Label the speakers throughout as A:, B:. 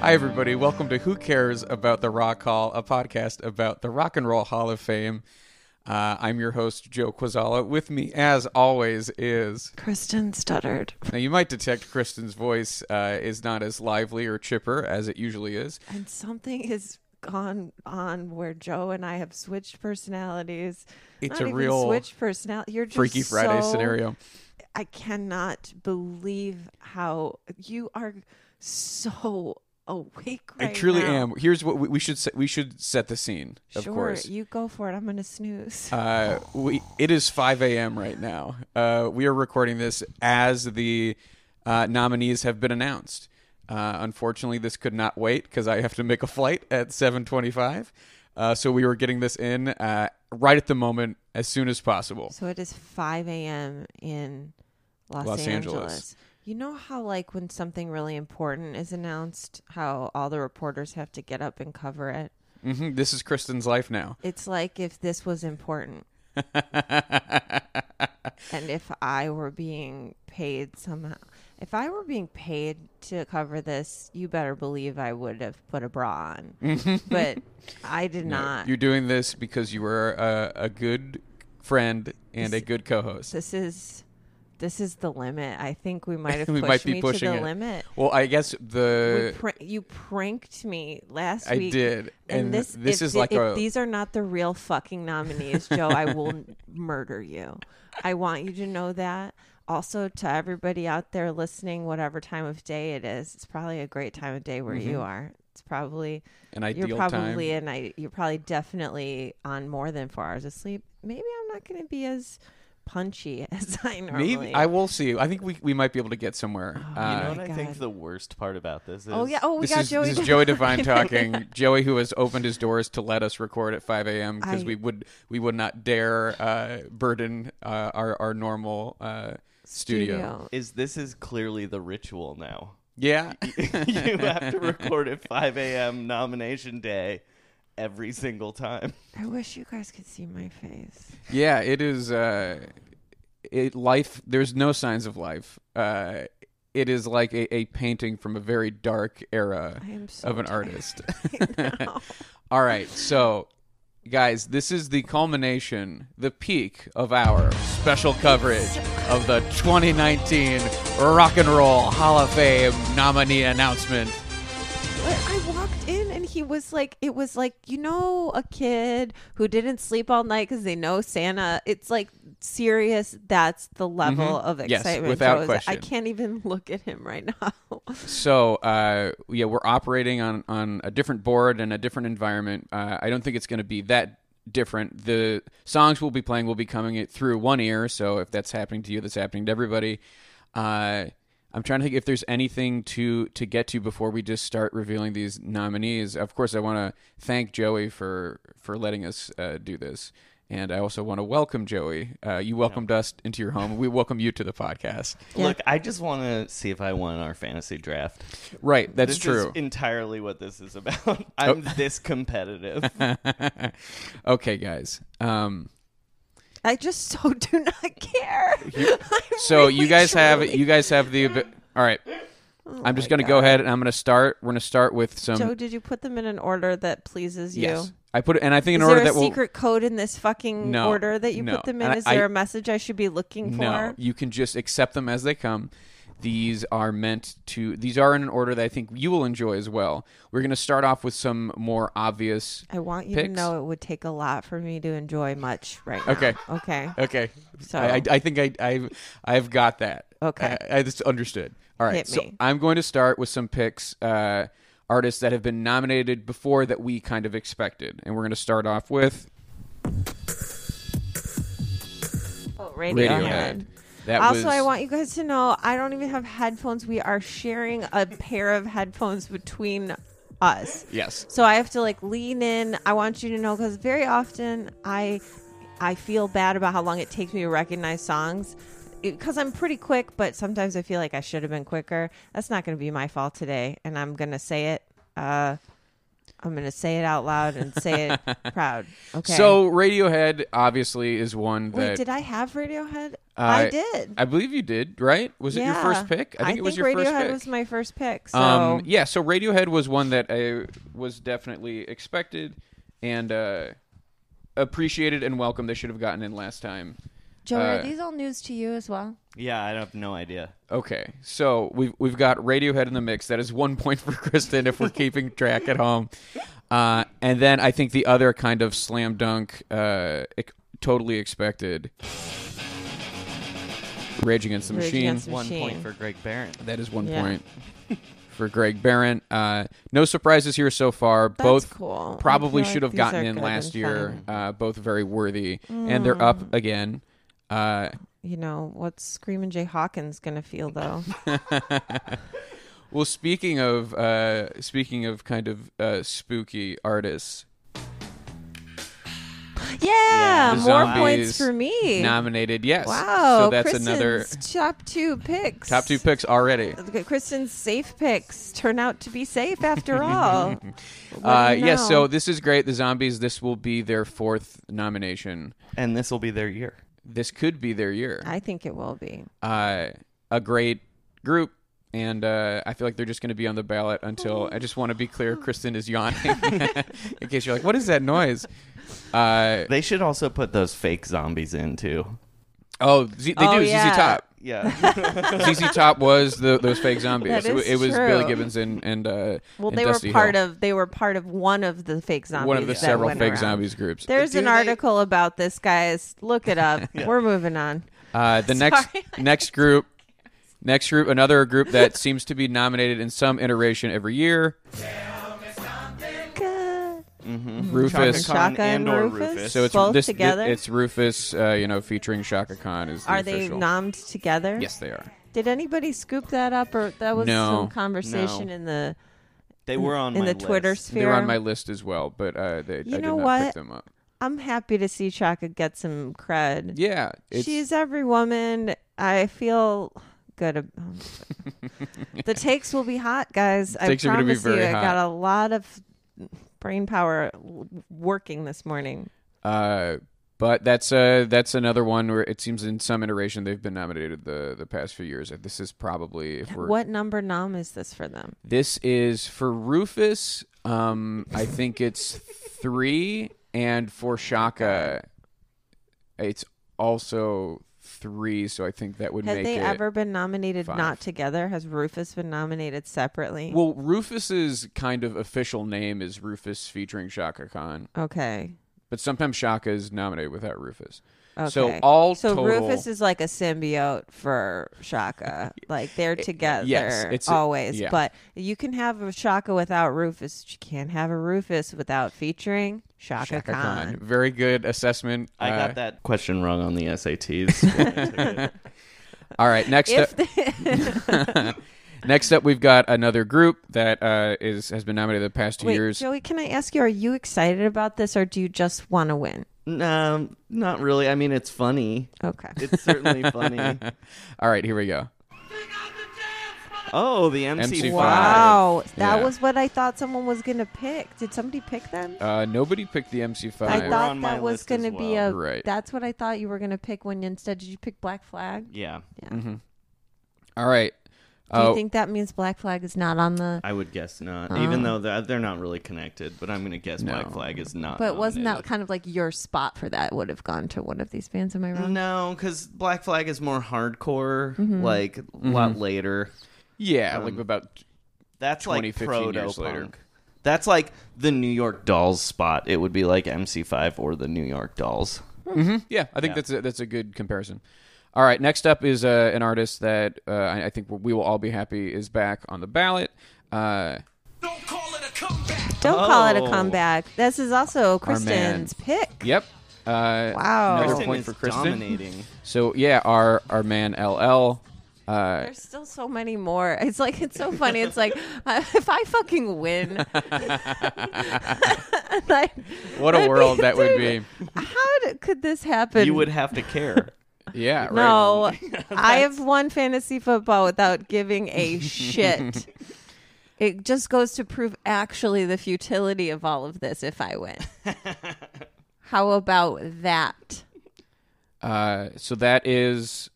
A: Hi, everybody. Welcome to Who Cares About the Rock Hall, a podcast about the Rock and Roll Hall of Fame. Uh, I'm your host, Joe Quazala. With me, as always, is.
B: Kristen stuttered.
A: Now, you might detect Kristen's voice uh, is not as lively or chipper as it usually is.
B: And something is gone on where Joe and I have switched personalities.
A: It's
B: Not
A: a
B: even
A: real
B: switch personality. You're just
A: Freaky Friday
B: so-
A: scenario.
B: I cannot believe how you are so awake right
A: I truly
B: now.
A: am. Here's what we, we should se- we should set the scene. Of
B: sure,
A: course,
B: you go for it. I'm gonna snooze.
A: Uh, we it is 5 a.m. right now. Uh, we are recording this as the uh, nominees have been announced. Uh, unfortunately, this could not wait because I have to make a flight at 7:25. Uh, so we were getting this in uh, right at the moment, as soon as possible.
B: so it is 5 a.m. in Los,
A: Los Angeles.
B: You know how like when something really important is announced, how all the reporters have to get up and cover it.
A: hmm This is Kristen's life now.
B: It's like if this was important. and if I were being paid somehow, if I were being paid to cover this, you better believe I would have put a bra on. but I did not.
A: You're doing this because you were a, a good friend and a good co-host.
B: this is this is the limit. I think we might have
A: we
B: pushed
A: might be
B: me
A: pushing
B: to
A: it.
B: the limit.
A: Well, I guess
B: We
A: the
B: pr- you pranked me last
A: Uh, I
B: week.
A: did, and
B: this
A: this
B: if
A: is
B: thi-
A: like
B: if
A: a-
B: these are not the real fucking nominees, Joe. I will n- murder you. I want you to know that. Also, to everybody out there listening, whatever time of day it is, it's probably a great time of day where you are. It's probably
A: Mm-hmm. An
B: You're
A: ideal time.
B: probably an I, you're probably definitely on more than four hours of sleep. Maybe I'm not going to be as punchy as I normally.
A: Maybe I will see. I think we, we might be able to get somewhere.
C: You
A: Uh,
C: know
B: my
C: what I
B: God.
C: think the worst part about this is?
B: Oh yeah. Oh, we
A: this
B: got
A: is,
B: Joey.
A: this is
B: Devine.
A: Joey Divine talking. Joey, who has opened his doors to let us record at 5 a.m. because
B: I-
A: we would we would not dare uh, burden uh, our our normal uh, studio.
C: Is this is clearly the ritual now?
A: Yeah,
C: you have to record at 5 a.m. nomination day every single time.
B: I wish you guys could see my face.
A: yeah. It is. Uh, it life. There's no signs of life. Uh, it is like a, a painting from a very dark era
B: I am so
A: of an
B: tired.
A: artist.
B: now.
A: All right, so guys, this is the culmination, the peak of our special coverage of the 2019 Rock and Roll Hall of Fame nominee announcement.
B: But I walked in and he was like, it was like, you know, a kid who didn't sleep all night because they know Santa. It's like serious. That's the level of
A: Mm-hmm. Yes,
B: excitement.
A: without
B: Joe is- I
A: question.
B: can't even look at him right now.
A: So, uh, yeah, we're operating on on a different board and a different environment. Uh, I don't think it's going to be that different. The songs we'll be playing will be coming it through one ear. So, if that's happening to you, that's happening to everybody. Uh, I'm trying to think if there's anything to to get to before we just start revealing these nominees. Of course, I want to thank Joey for for letting us uh, do this. And I also want to welcome Joey. Uh, you welcomed us into your home. We welcome you to the podcast.
C: Look, I just want to see if I won our fantasy draft.
A: Right, that's
C: this
A: true.
C: Is entirely what this is about. I'm this competitive.
A: okay, guys. Um,
B: I just so do not care. I
A: so you
B: really,
A: guys have
B: truly-
A: you guys have the abi- all right. I'm just going to go ahead and I'm going to start. We're going to start with some.
B: Oh Joe, did you put them in an order that pleases you?
A: um, yes, I put it, and I think in
B: Is
A: order
B: there a
A: that will
B: secret code in this fucking
A: No,
B: order that you
A: no.
B: put them
A: And
B: in?
A: I-
B: Is there
A: I-
B: a message I should be looking for?
A: No, you can just accept them as they come. These are meant to. These are in an order that I think you will enjoy as well. We're going to start off with some more obvious.
B: I want you to
A: Picks?
B: know it would take a lot for me to enjoy much right now.
A: Okay. Uh,
B: Okay.
A: Okay,
B: So-
A: I, I, I think I, I've I've got that.
B: Okay.
A: I, I just understood. All right,
B: Hit
A: so
B: me.
A: I'm going to start with some picks, uh, artists that have been nominated before that we kind of expected, and we're going to start off with
B: Oh, Radiohead.
A: Radiohead. That
B: also,
A: was,
B: I want you guys to know I don't even have headphones. We are sharing a pair of headphones between us.
A: yes.
B: So I have to like lean in. I want you to know because very often I I feel bad about how long it takes me to recognize songs because I'm pretty quick, but sometimes I feel like I should have been quicker. That's not going to be my fault today, and I'm going to say it. Uh, I'm going to say it out loud and say it proud. Okay.
A: So Radiohead obviously is one that
B: wait, did I have Radiohead? I
A: Uh,
B: did.
A: I believe you did, right? Was it your first
B: Yeah.
A: pick? I think it was your
B: Radiohead
A: first pick.
B: was my first pick. So
A: um, yeah, so Radiohead was one that I was definitely expected and uh, appreciated and welcomed. They should have gotten in last time.
D: Joe,
A: Uh,
D: are these all news to you as well?
C: Yeah, I have no idea.
A: Okay, so we've we've got Radiohead in the mix. That is one point for Kristen if we're keeping track at home. Uh, and then I think the other kind of slam dunk, uh, ec- totally expected, Rage Against the
B: Rage
A: Machine.
B: Against the
C: One
B: Machine.
C: point for Greg Barron.
A: That is one
B: Yeah.
A: point for Greg Barron. Uh, no surprises here so far. both
B: cool. I
A: probably
B: feel like
A: should have
B: these
A: gotten
B: are
A: in
B: good
A: last
B: and Mm.
A: year. Uh, both very worthy, and they're up again. Uh,
B: you know what's Screaming Jay Hawkins going to feel though?
A: well, speaking of uh, speaking of kind of uh, spooky artists,
B: Yeah,
A: The
B: Uh, more
A: zombies
B: points for me.
A: nominated. Yes,
B: wow,
A: So that's
B: Kristen's
A: another
B: top two picks.
A: top two picks already.
B: Kristen's safe picks turn out to be safe after all. What do
A: Uh,
B: you
A: yes,
B: know?
A: so this is great. The zombies. This will be their fourth nomination.
C: And this will be their year.
A: This could be their year.
B: I think it will be.
A: uh, a great group, and uh, I feel like they're just going to be on the ballot until. I just want to be
B: Oh.
A: clear: Kristen is yawning, in case you're like, "What is that noise?" Uh,
C: They should also put those fake zombies in too.
A: oh, Z- they
B: Oh,
A: do.
B: yeah.
A: ZZ Top.
C: Yeah.
A: ZZ Top was the those fake zombies.
B: That
A: it, wa-
B: is
A: it was
B: true.
A: Billy Gibbons and and uh,
B: Well,
A: and
B: they
A: Dusty
B: were part
A: Hill.
B: of. They were part of one of the fake zombies.
A: one of the
B: that
A: several
B: went
A: fake
B: around.
A: zombies groups.
B: There's an article about this, guys. Look it up. We're moving on.
A: Uh, the next next group, next group, another group that seems to be nominated in some iteration every year. Mm-hmm. Rufus.
C: Chaka Khan
B: Shaka and
C: and or
B: Rufus,
C: Rufus.
A: So it's
B: both
A: this,
B: together.
A: It's Rufus, uh, you know, featuring Shaka Khan. Is the
B: Are they
A: official.
B: nommed together?
A: Yes, they are.
B: Did anybody scoop that up, or that was
A: No.
B: some conversation
C: No.
B: in the
C: They were on
B: in
C: my
B: the Twitter
C: list.
B: sphere?
A: They're on my list as well, but uh, they, I did not
B: know
A: pick
B: what?
A: them up.
B: I'm happy to see Chaka get some cred.
A: Yeah, it's,
B: She's every woman. I feel good. About the takes will be hot, guys. I
A: Takes are gonna be
B: promise
A: very
B: you,
A: hot.
B: I got a lot of brain power w- working this morning.
A: uh, but that's uh, that's another one where it seems in some iteration they've been nominated the the past few years. This is probably if we're
B: What number nom is this for them?
A: This is for Rufus. Um, I think it's three, and for Shaka, it's also three. So I think that would
B: Had
A: make
B: they
A: it.
B: ever been nominated
A: five.
B: not together? Has Rufus been nominated separately?
A: well, Rufus's kind of official name is Rufus featuring Shaka Khan,
B: okay.
A: but sometimes Shaka is nominated without Rufus.
B: Okay.
A: So all
B: so
A: total,
B: Rufus is like a symbiote for Shaka. like they're together
A: Eh, it's a-
B: always.
A: yeah.
B: But you can have a Shaka without Rufus. but You can't have a Rufus without featuring Shaka,
A: Shaka
B: Khan.
A: Khan. Very good assessment.
C: I
A: Uh,
C: got that question wrong on the SATs.
A: All right, next up.
B: If they-
A: next up, we've got another group that uh, is has been nominated the past two
B: wait,
A: years.
B: Joey, can I ask you? Are you excited about this, or do you just want to win?
C: no, not really. I mean, it's funny.
B: Okay.
C: It's certainly funny.
A: All right, here we go.
C: Oh, the MC5.
A: MC5.
B: Wow, that
A: Yeah.
B: was what I thought someone was gonna pick. Did somebody pick them?
A: Uh, nobody picked the MC5.
B: I
C: We're
B: thought
C: on my
B: that was
C: list as
B: going to be
C: well.
B: a.
A: Right.
B: That's what I thought you were going to pick. When instead, did you pick Black Flag?
C: Yeah.
A: All right.
B: Do you
A: Oh.
B: think that means Black Flag is not on the?
C: I would guess not.
B: Oh.
C: Even though they're, they're not really connected, but I'm going to guess Black Flag is not.
B: But wasn't that
C: nominated.
B: kind of like your spot for that? Would have gone to one of these bands. Am I wrong?
C: No, because Black Flag is more hardcore,
B: Mm-hmm.
C: like a lot
A: Mm-hmm.
C: later.
A: Yeah,
C: Um,
A: like about
C: That's
A: 20,
C: like
A: 15
C: proto
A: years later.
C: punk. That's like the New York Dolls spot. It would be like MC5 or the New York Dolls.
A: Yeah, I think that's a, that's a good comparison. All right, next up is uh, an artist that uh, I, I think we will all be happy is back on the ballot. Uh,
E: Don't call it a comeback.
B: Don't call it a
C: Oh.
B: comeback. This is also
A: man.
B: Kristen's pick.
A: yep. Uh,
B: Wow.
A: Another
C: Kristen
A: point
C: is
A: for Kristen.
C: dominating.
A: So yeah, our our man LL. Uh,
B: There's still so many more. It's like it's so funny. It's like uh, if I fucking win, like,
A: what a
B: I'd be-
A: world that would be.
B: dude, How did, could this happen?
C: You would have to care.
A: Yeah. Right.
B: No, I have won fantasy football without giving a shit. it just goes to prove actually the futility of all of this. If I win, how about that?
A: Uh, so that is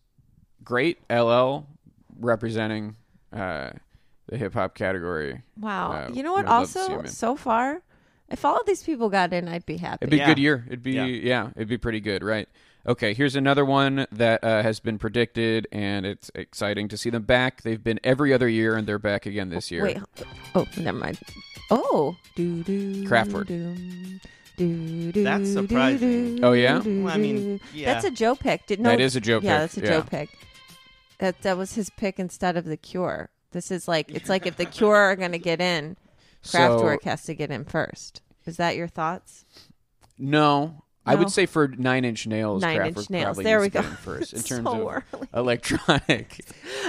A: great. LL representing uh, the hip hop category.
B: Wow.
A: Uh,
B: you know
A: we
B: what?
A: would love to see
B: Also,
A: him in.
B: so far, if all of these people got in, I'd be happy.
A: It'd be a good
C: Yeah.
A: year. It'd be yeah.
C: Yeah.
A: it'd be pretty good, right? Okay, here's another one that uh, has been predicted, and it's exciting to see them back. They've been every other year, and they're back again this year.
B: Wait. h- Oh, never mind. Oh, do do.
A: Kraftwerk.
B: dum, do, do,
C: That's
B: do,
C: surprising.
B: do,
A: Oh, yeah?
B: do,
C: Well, I mean,
B: do.
C: yeah.
B: that's a Joe pick. Did, no,
A: That is a Joe pick,
B: Yeah, that's a
A: yeah.
B: Joe pick. That that was his pick instead of the Cure. This is like it's like if the Cure are going to get in,
A: So-
B: Kraftwerk has to get in first. Is that your thoughts?
A: No, I
B: No.
A: would say for Nine Inch Nails,
B: Nine
A: Kraftwerk
B: Inch Nails.
A: probably
B: There
A: needs
B: we
A: to
B: go.
A: get in first in
B: It's
A: terms
B: so
A: of
B: early.
A: electronic.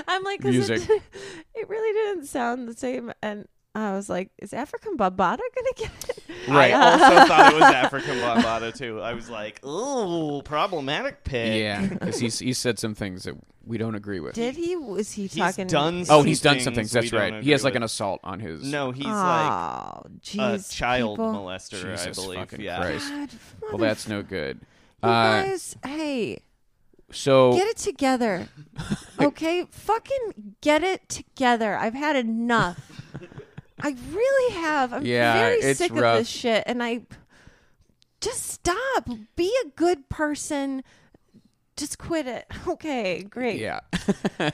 B: I'm like, 'cause
A: Music.
B: It, it really didn't sound the same, and I was like, is African Bambata going to get in?
C: I
A: uh,
C: also thought it was African Bombata, too. I was like, ooh, problematic pick.
A: yeah, because he's he said some things that we don't agree with.
B: Did he? Was he
C: He's
B: talking?
C: done
A: oh,
C: some
A: he's done
C: things
A: some things.
C: we
A: That's
C: don't
A: right. He
C: agree
A: has like
C: with.
A: an assault on his.
C: No, he's
B: oh,
C: like
B: geez,
C: a child
B: people.
C: molester, I
A: Jesus
C: believe.
A: fucking
C: yeah.
A: Christ.
B: God,
A: Well,
B: mother-
A: that's no good.
B: you
A: Uh,
B: guys, hey,
A: so
B: get it together, okay? Fucking get it together. I've had enough. I really have. I'm
A: Yeah,
B: very
A: it's
B: sick
A: rough.
B: of this shit, and I just stop. Be a good person. Just quit it. Okay, great.
A: Yeah.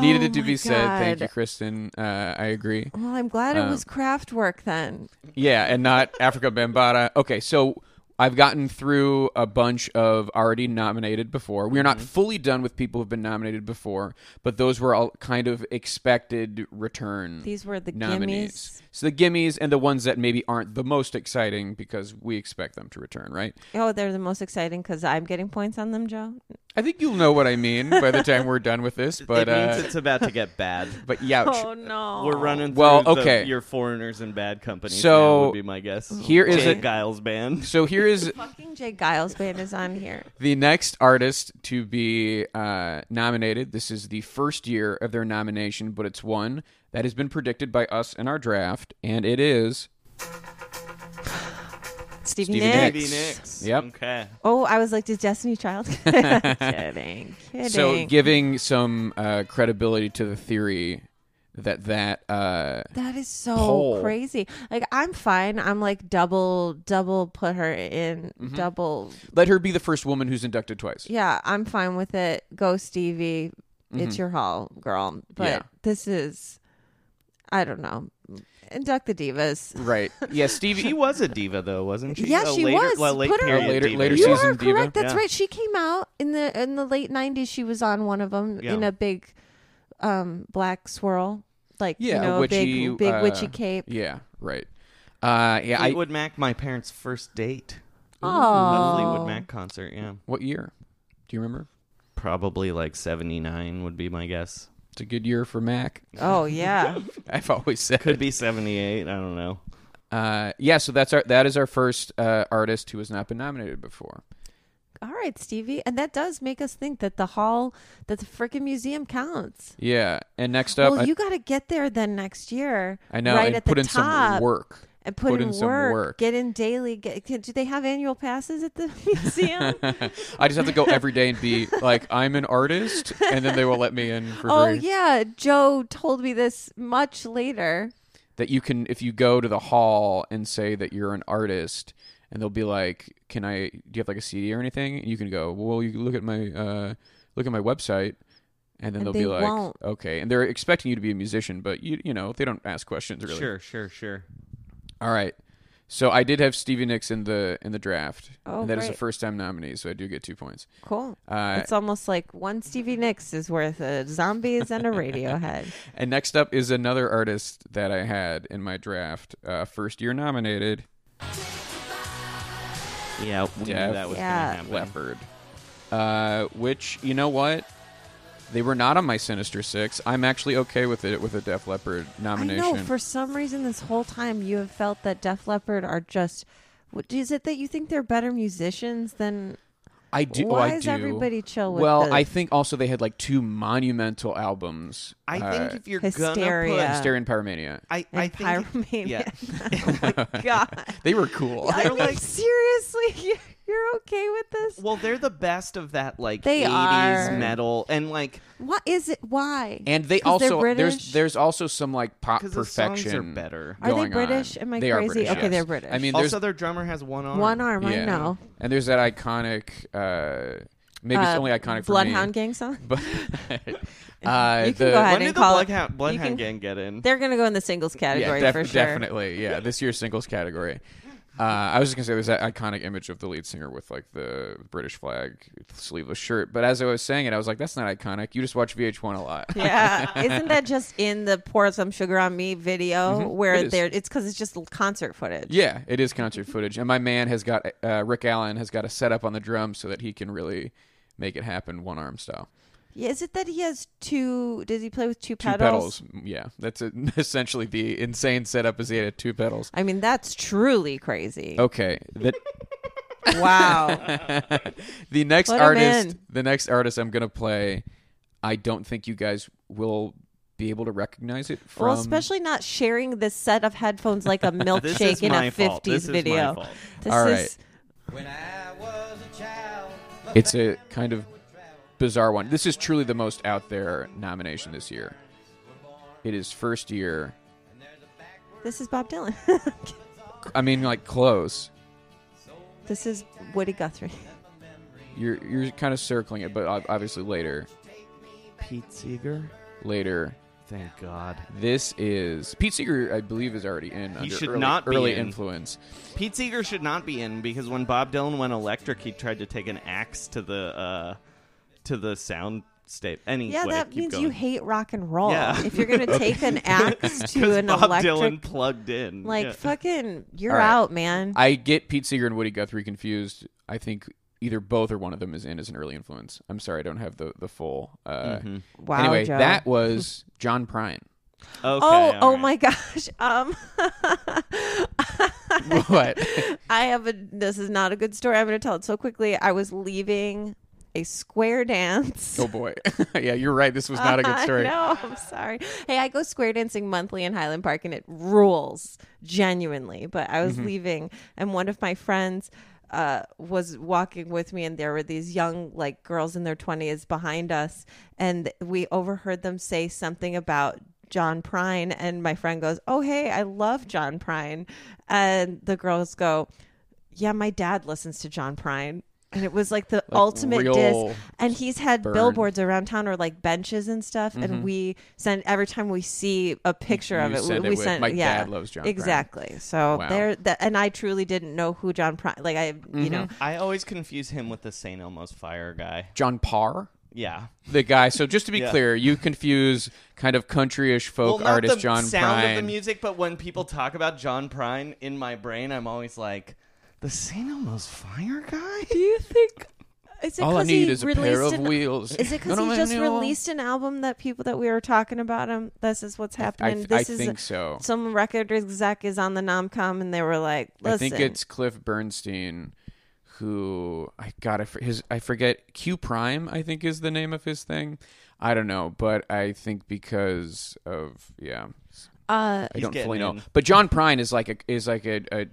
A: Needed it to
B: Oh my
A: be said. Thank you,
B: God.
A: Kristen. Uh, I agree.
B: Well, I'm glad
A: Um,
B: it was craft work then.
A: Yeah, and not Africa Bambata. Okay, so I've gotten through a bunch of already nominated before. We're
B: Mm-hmm.
A: not fully done with people who've been nominated before, but those were all kind of expected return.
B: These were the
A: nominees. So the gimmies and the ones that maybe aren't the most exciting because we expect them to return, right?
B: Oh, they're the most exciting because I'm getting points on them, Joe.
A: I think you'll know what I mean by the time we're done with this, but
C: it
A: uh,
C: means it's about to get bad.
A: but youch.
B: Oh no,
C: We're running through
A: Well,
C: the-
A: okay.
C: your foreigners and bad companies.
A: So,
C: now would be my guess.
A: here is
C: Jay
A: a-
C: Giles band.
A: So here is
B: Fucking Jay Giles band is on here.
A: the next artist to be uh, nominated. This is the first year of their nomination, but it's one that has been predicted by us in our draft, and it is.
B: Stevie,
A: Stevie
B: Nicks.
C: Stevie Nicks.
A: Yep.
C: Okay.
B: Oh, I was like, did Destiny Child? kidding, kidding.
A: So giving some uh, credibility to the theory that that uh,
B: that is so
A: Poll.
B: crazy. Like, I'm fine. I'm like double, double put her in,
A: Mm-hmm.
B: double.
A: let her be the first woman who's inducted twice.
B: Yeah, I'm fine with it. Go Stevie. It's your hall, girl. But
A: Mm-hmm. Yeah.
B: this is, I don't know. Induct the divas.
A: Right. Yeah, Stevie.
C: She was a diva, though, wasn't she?
B: Yeah,
C: A
B: she
C: later,
B: was.
C: well, late
B: Put her-
C: period
A: Later-
C: diva.
A: later
B: You
A: season
B: are correct.
A: diva.
B: That's
C: Yeah.
B: right. She came out in the in the late '90s. She was on one of them
C: Yeah.
B: in a big um black swirl, like
A: Yeah,
B: you know, a
A: witchy,
B: big big
A: uh,
B: witchy cape.
A: yeah, right. Uh, yeah, I.
C: Fleetwood Mac, my parents' first date. A Fleetwood
B: Oh,
C: Mac concert. Yeah,
A: What year? Do you remember?
C: probably like '79 would be my guess.
A: It's a good year for Mac.
B: oh yeah.
A: I've always said.
C: Could be '78. I don't know.
A: Uh, yeah, so that's our that is our first uh, artist who has not been nominated before.
B: All right, Stevie, and that does make us think that the hall, that the freaking museum counts.
A: Yeah, and next up,
B: well,
A: I,
B: you got to get there then next year.
A: I know,
B: right
A: and
B: at
A: put
B: the
A: in
B: top,
A: some work.
B: and put,
A: Put
B: in,
A: in some
B: work,
A: work.
B: Get in daily. Get, can, do they have annual passes at the museum?
A: I just have to go every day and be like, I'm an artist, and then they will let me in for
B: oh
A: free.
B: yeah, Joe told me this much later.
A: That you can, if you go to the hall and say that you're an artist, and they'll be like, "Can I? Do you have like a CD or anything?" And you can go, "Well, you can look at my uh, look at my website." And then
B: And
A: they'll
B: they
A: be like,
B: won't.
A: "Okay," and they're expecting you to be a musician, but you you know they don't ask questions really.
C: Sure, sure, sure.
A: All right. So I did have Stevie Nicks in the in the draft.
B: Oh,
A: and that is a
B: great.
A: first time nominee, so I do get two points.
B: Cool.
A: Uh,
B: it's almost like one Stevie Nicks is worth a zombies and a Radiohead.
A: And next up is another artist that I had in my draft, uh, first year nominated,
C: Yeah, we
A: Def
C: knew that was
B: Yeah.
C: going to happen.
A: Leopard. Uh, which you know what? They were not on my Sinister Six. I'm actually okay with it with a Def Leopard
B: I
A: nomination.
B: know. For some reason, this whole time you have felt that Def Leppard are just. what- Is it that you think they're better musicians than?
A: I do. oh,
B: Why
A: I
B: is
A: do.
B: everybody chill with
A: Well,
B: the-
A: I think also they had like two monumental albums.
C: I
A: uh,
C: think if you're
B: Hysteria.
C: gonna put,
A: Hysteria and Pyromania.
C: I, I
B: And Pyromania.
C: think yeah.
B: oh my god.
A: They were cool.
B: I mean, seriously, you're okay with this?
C: Well, they're the best of that like
B: They
C: 80s
B: are.
C: metal and like
B: What is it? Why?
A: and they
B: 'Cause they're
A: also there's
B: British?
A: there's also some like pop
C: 'Cause the songs are
A: perfection
C: better.
B: Are they
A: going on.
B: British? Am I
A: They are
B: crazy?
A: British,
B: Okay,
A: yes.
B: they're British.
A: I mean, there's
C: also their drummer has one arm.
B: One arm,
A: yeah.
B: I know.
A: and there's that iconic. Uh, maybe it's
B: Uh,
A: only iconic
B: Bloodhound
A: for me,
B: Gang song.
A: but uh,
B: You can
A: the,
B: go ahead.
C: When
B: I
C: did the
B: didn't call it-
C: Bloodhound,
B: can-
C: Bloodhound Gang get in?
B: They're gonna go in the singles
A: Yeah,
B: category
A: def-
B: for sure.
A: definitely. Yeah, this year's singles category. Uh, I was just gonna say there's that iconic image of the lead singer with like the British flag sleeveless shirt, but as I was saying it, I was like, "That's not iconic." You just watch VH1 a lot.
B: Yeah, isn't that just in the "Pour Some Sugar on Me" video where
A: Mm-hmm. It is.
B: they're? It's because it's just concert footage.
A: Yeah, it is concert footage, and my man has got uh, Rick Allen has got a setup on the drums so that he can really make it happen one arm style.
B: Yeah, Is it that he has two? Does he play with two
A: Two
B: pedals?
A: pedals, yeah, that's a, essentially the insane setup is he had two pedals.
B: I mean, that's truly crazy.
A: Okay, the
B: Wow.
A: the next
B: Put 'em
A: artist,
B: in.
A: the next artist I'm gonna play, I don't think you guys will be able to recognize it from.
B: well, especially not sharing this set of headphones like a
C: This
B: milkshake
C: is
B: in
C: my
B: a
C: fault.
B: '50s
C: This is my
B: video.
C: fault.
B: This
A: All
B: is-
A: right. it's a kind of bizarre one. This is truly the most out there nomination this year. It is first year.
B: This is Bob Dylan.
A: I mean, like close.
B: this is Woody Guthrie.
A: You're you're kind of circling it, but ob- obviously later,
C: Pete Seeger.
A: later.
C: Thank God.
A: This is Pete Seeger, I believe, is already in. under
C: should
A: early,
C: not be
A: early
C: in.
A: influence.
C: Pete Seeger should not be in because when Bob Dylan went electric, he tried to take an axe to the uh, to the sound state. Anyway,
B: Yeah, that
C: keep
B: means
C: going.
B: you hate rock and roll.
C: Yeah.
B: If you're gonna take an axe
C: 'Cause
B: to an
C: Bob
B: electric,
C: Dylan plugged in.
B: like
C: yeah.
B: fucking, you're
A: All right.
B: out, man.
A: I get Pete Seeger and Woody Guthrie confused. I think either both or one of them is in as an early influence. I'm sorry, I don't have the the full. Uh,
C: Mm-hmm.
B: wow,
A: anyway,
B: Joe.
A: that was John Prine.
C: Okay,
B: Oh,
C: all
B: oh
C: right.
B: my gosh. Um,
A: what?
B: I have a. This is not a good story. I'm going to tell it so quickly. I was leaving a square dance.
A: Oh boy. yeah, you're right. This was not a good story.
B: No, I'm sorry. Hey, I go square dancing monthly in Highland Park and it rules genuinely. But I was
A: Mm-hmm.
B: leaving and one of my friends uh, was walking with me and there were these young like girls in their 20s behind us and we overheard them say something about John Prine and my friend goes, "Oh hey, I love John Prine." And the girls go, yeah, my dad listens to John Prine. And it was like the ultimate
A: real
B: disc. And he's had billboards around town or like benches and stuff. And we send every time we see a picture of
A: Mm-hmm. You
B: it, we,
A: send it
B: we
A: with,
B: send
A: "My
B: yeah,
A: dad loves John Prine."
B: Exactly. So
A: Wow.
B: there that and I truly didn't know who John Prine like I you know
A: Mm-hmm.
C: I always confuse him with the St. Elmo's Fire guy.
A: John Parr.
C: Yeah.
A: The guy. So just to be
C: Yeah.
A: clear, you confuse kind of countryish folk
C: well, not
A: artist
C: the
A: John
C: sound
A: Prine.
C: of the music, but when people talk about John Prine in my brain, I'm always like, the St. Elmo's Fire
B: Do
C: guy?
B: you think is it
A: All I
B: 'cause he
A: need is a pair
B: released
A: of
B: an-
A: wheels.
B: Is it because
A: None of
B: he
A: my
B: just
A: new-
B: released an album that people that we were talking about him? This is what's happening.
A: th-
B: this
A: I
B: is
A: think so.
B: Some record exec is on the nomcom, and they were like, "Listen,
A: I think it's Cliff Bernstein who I got I for- his I forget Q Prime I think is the name of his thing. I don't know, but I think because of yeah.
B: Uh,
A: I
C: He's
A: don't
C: getting
A: fully know.
C: in.
A: But John Prine is like a is like a, a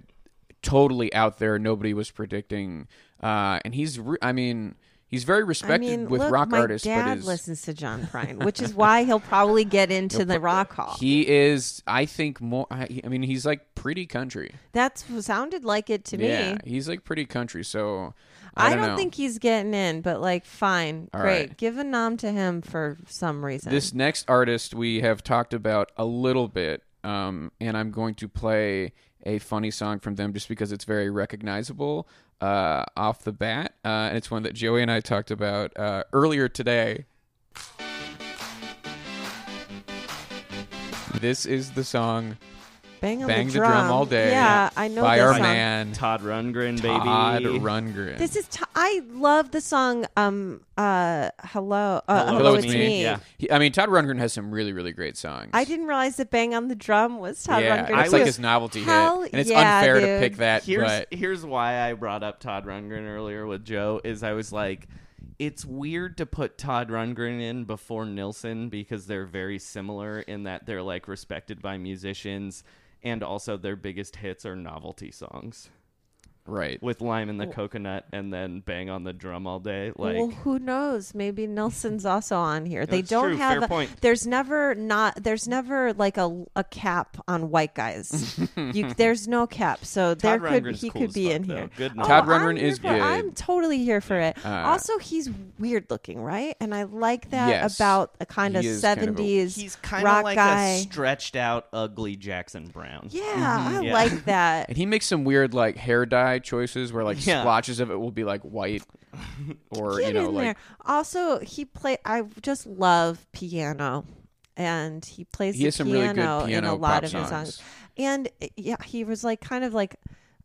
A: totally out there. Nobody was predicting, uh, and he's re- I mean he's very
B: I
A: respected
B: mean,
A: with
B: look,
A: rock
B: my
A: artists.
B: dad
A: but is,
B: listens to John Prine, which is why he'll probably get into the rock hall.
A: he is I think more. I, I mean he's like pretty country.
B: That's what sounded like it to
A: Yeah,
B: me.
A: he's like pretty country. So I,
B: I, don't,
A: know.
B: think he's getting in, but like, fine,
A: All
B: great.
A: right.
B: Give a nom to him for some reason.
A: This next artist we have talked about a little bit, um, and I'm going to play a funny song from them just because it's very recognizable uh, off the bat, uh, and it's one that Joey and I talked about uh, earlier today. This is the song
B: bang on
A: "Bang
B: the
A: the
B: drum.
A: Drum All Day"
B: Yeah, I know
A: by
B: this
A: our
B: song.
A: man
C: Todd Rundgren, baby.
A: Todd Rundgren.
B: This is t- I love the song. Um, uh, hello, uh, hello,
C: Hello, Hello,
B: it's me.
C: Yeah.
A: He- I mean, Todd Rundgren has some really, really great songs.
B: I didn't realize that "Bang on the Drum" was Todd
A: yeah,
B: Rundgren.
A: it's
B: too.
A: like his novelty
B: Hell
A: hit, and it's
B: yeah,
A: unfair to
B: dude.
A: pick that.
C: Here's
A: Uh, but
C: here's why I brought up Todd Rundgren earlier with Joe is I was like, it's weird to put Todd Rundgren in before Nilsson because they're very similar in that they're like respected by musicians and also their biggest hits are novelty songs
A: right,
C: with Lime in the Coconut and then Bang on the Drum all day. Like
B: well, who knows? Maybe Nelson's also on here. They
C: That's
B: don't
C: true.
B: have.
C: Fair
B: a-
C: point.
B: There's never not. There's never like a, a cap on white guys. you, there's no cap, so there could
C: Rundgren's
B: he
C: cool
B: could
C: as
B: be
C: fuck,
B: in
C: though.
B: here.
C: Good
B: Oh,
A: Todd Rundgren
B: I'm here
A: is
B: for- I'm
A: good.
B: totally here for it.
A: Uh,
B: also, he's weird looking, right? And I like that
A: Yes.
B: about a kind of
A: He is kind of a-
B: seventies
C: he's kind of
B: rock
C: like
B: guy.
C: a stretched out ugly Jackson Brown.
B: yeah, I
C: Mm-hmm. Yeah.
B: like that.
A: and he makes some weird like hair dye choices where like
C: Yeah.
A: splotches of it will be like white, or
B: Get
A: you know
B: in
A: like
B: there. Also, he play. I just love piano, and he plays.
A: He
B: the
A: has some really
B: piano
A: good
B: in a
A: piano
B: lot
A: pop
B: of his
A: songs.
B: songs. And uh, yeah, he was like kind of like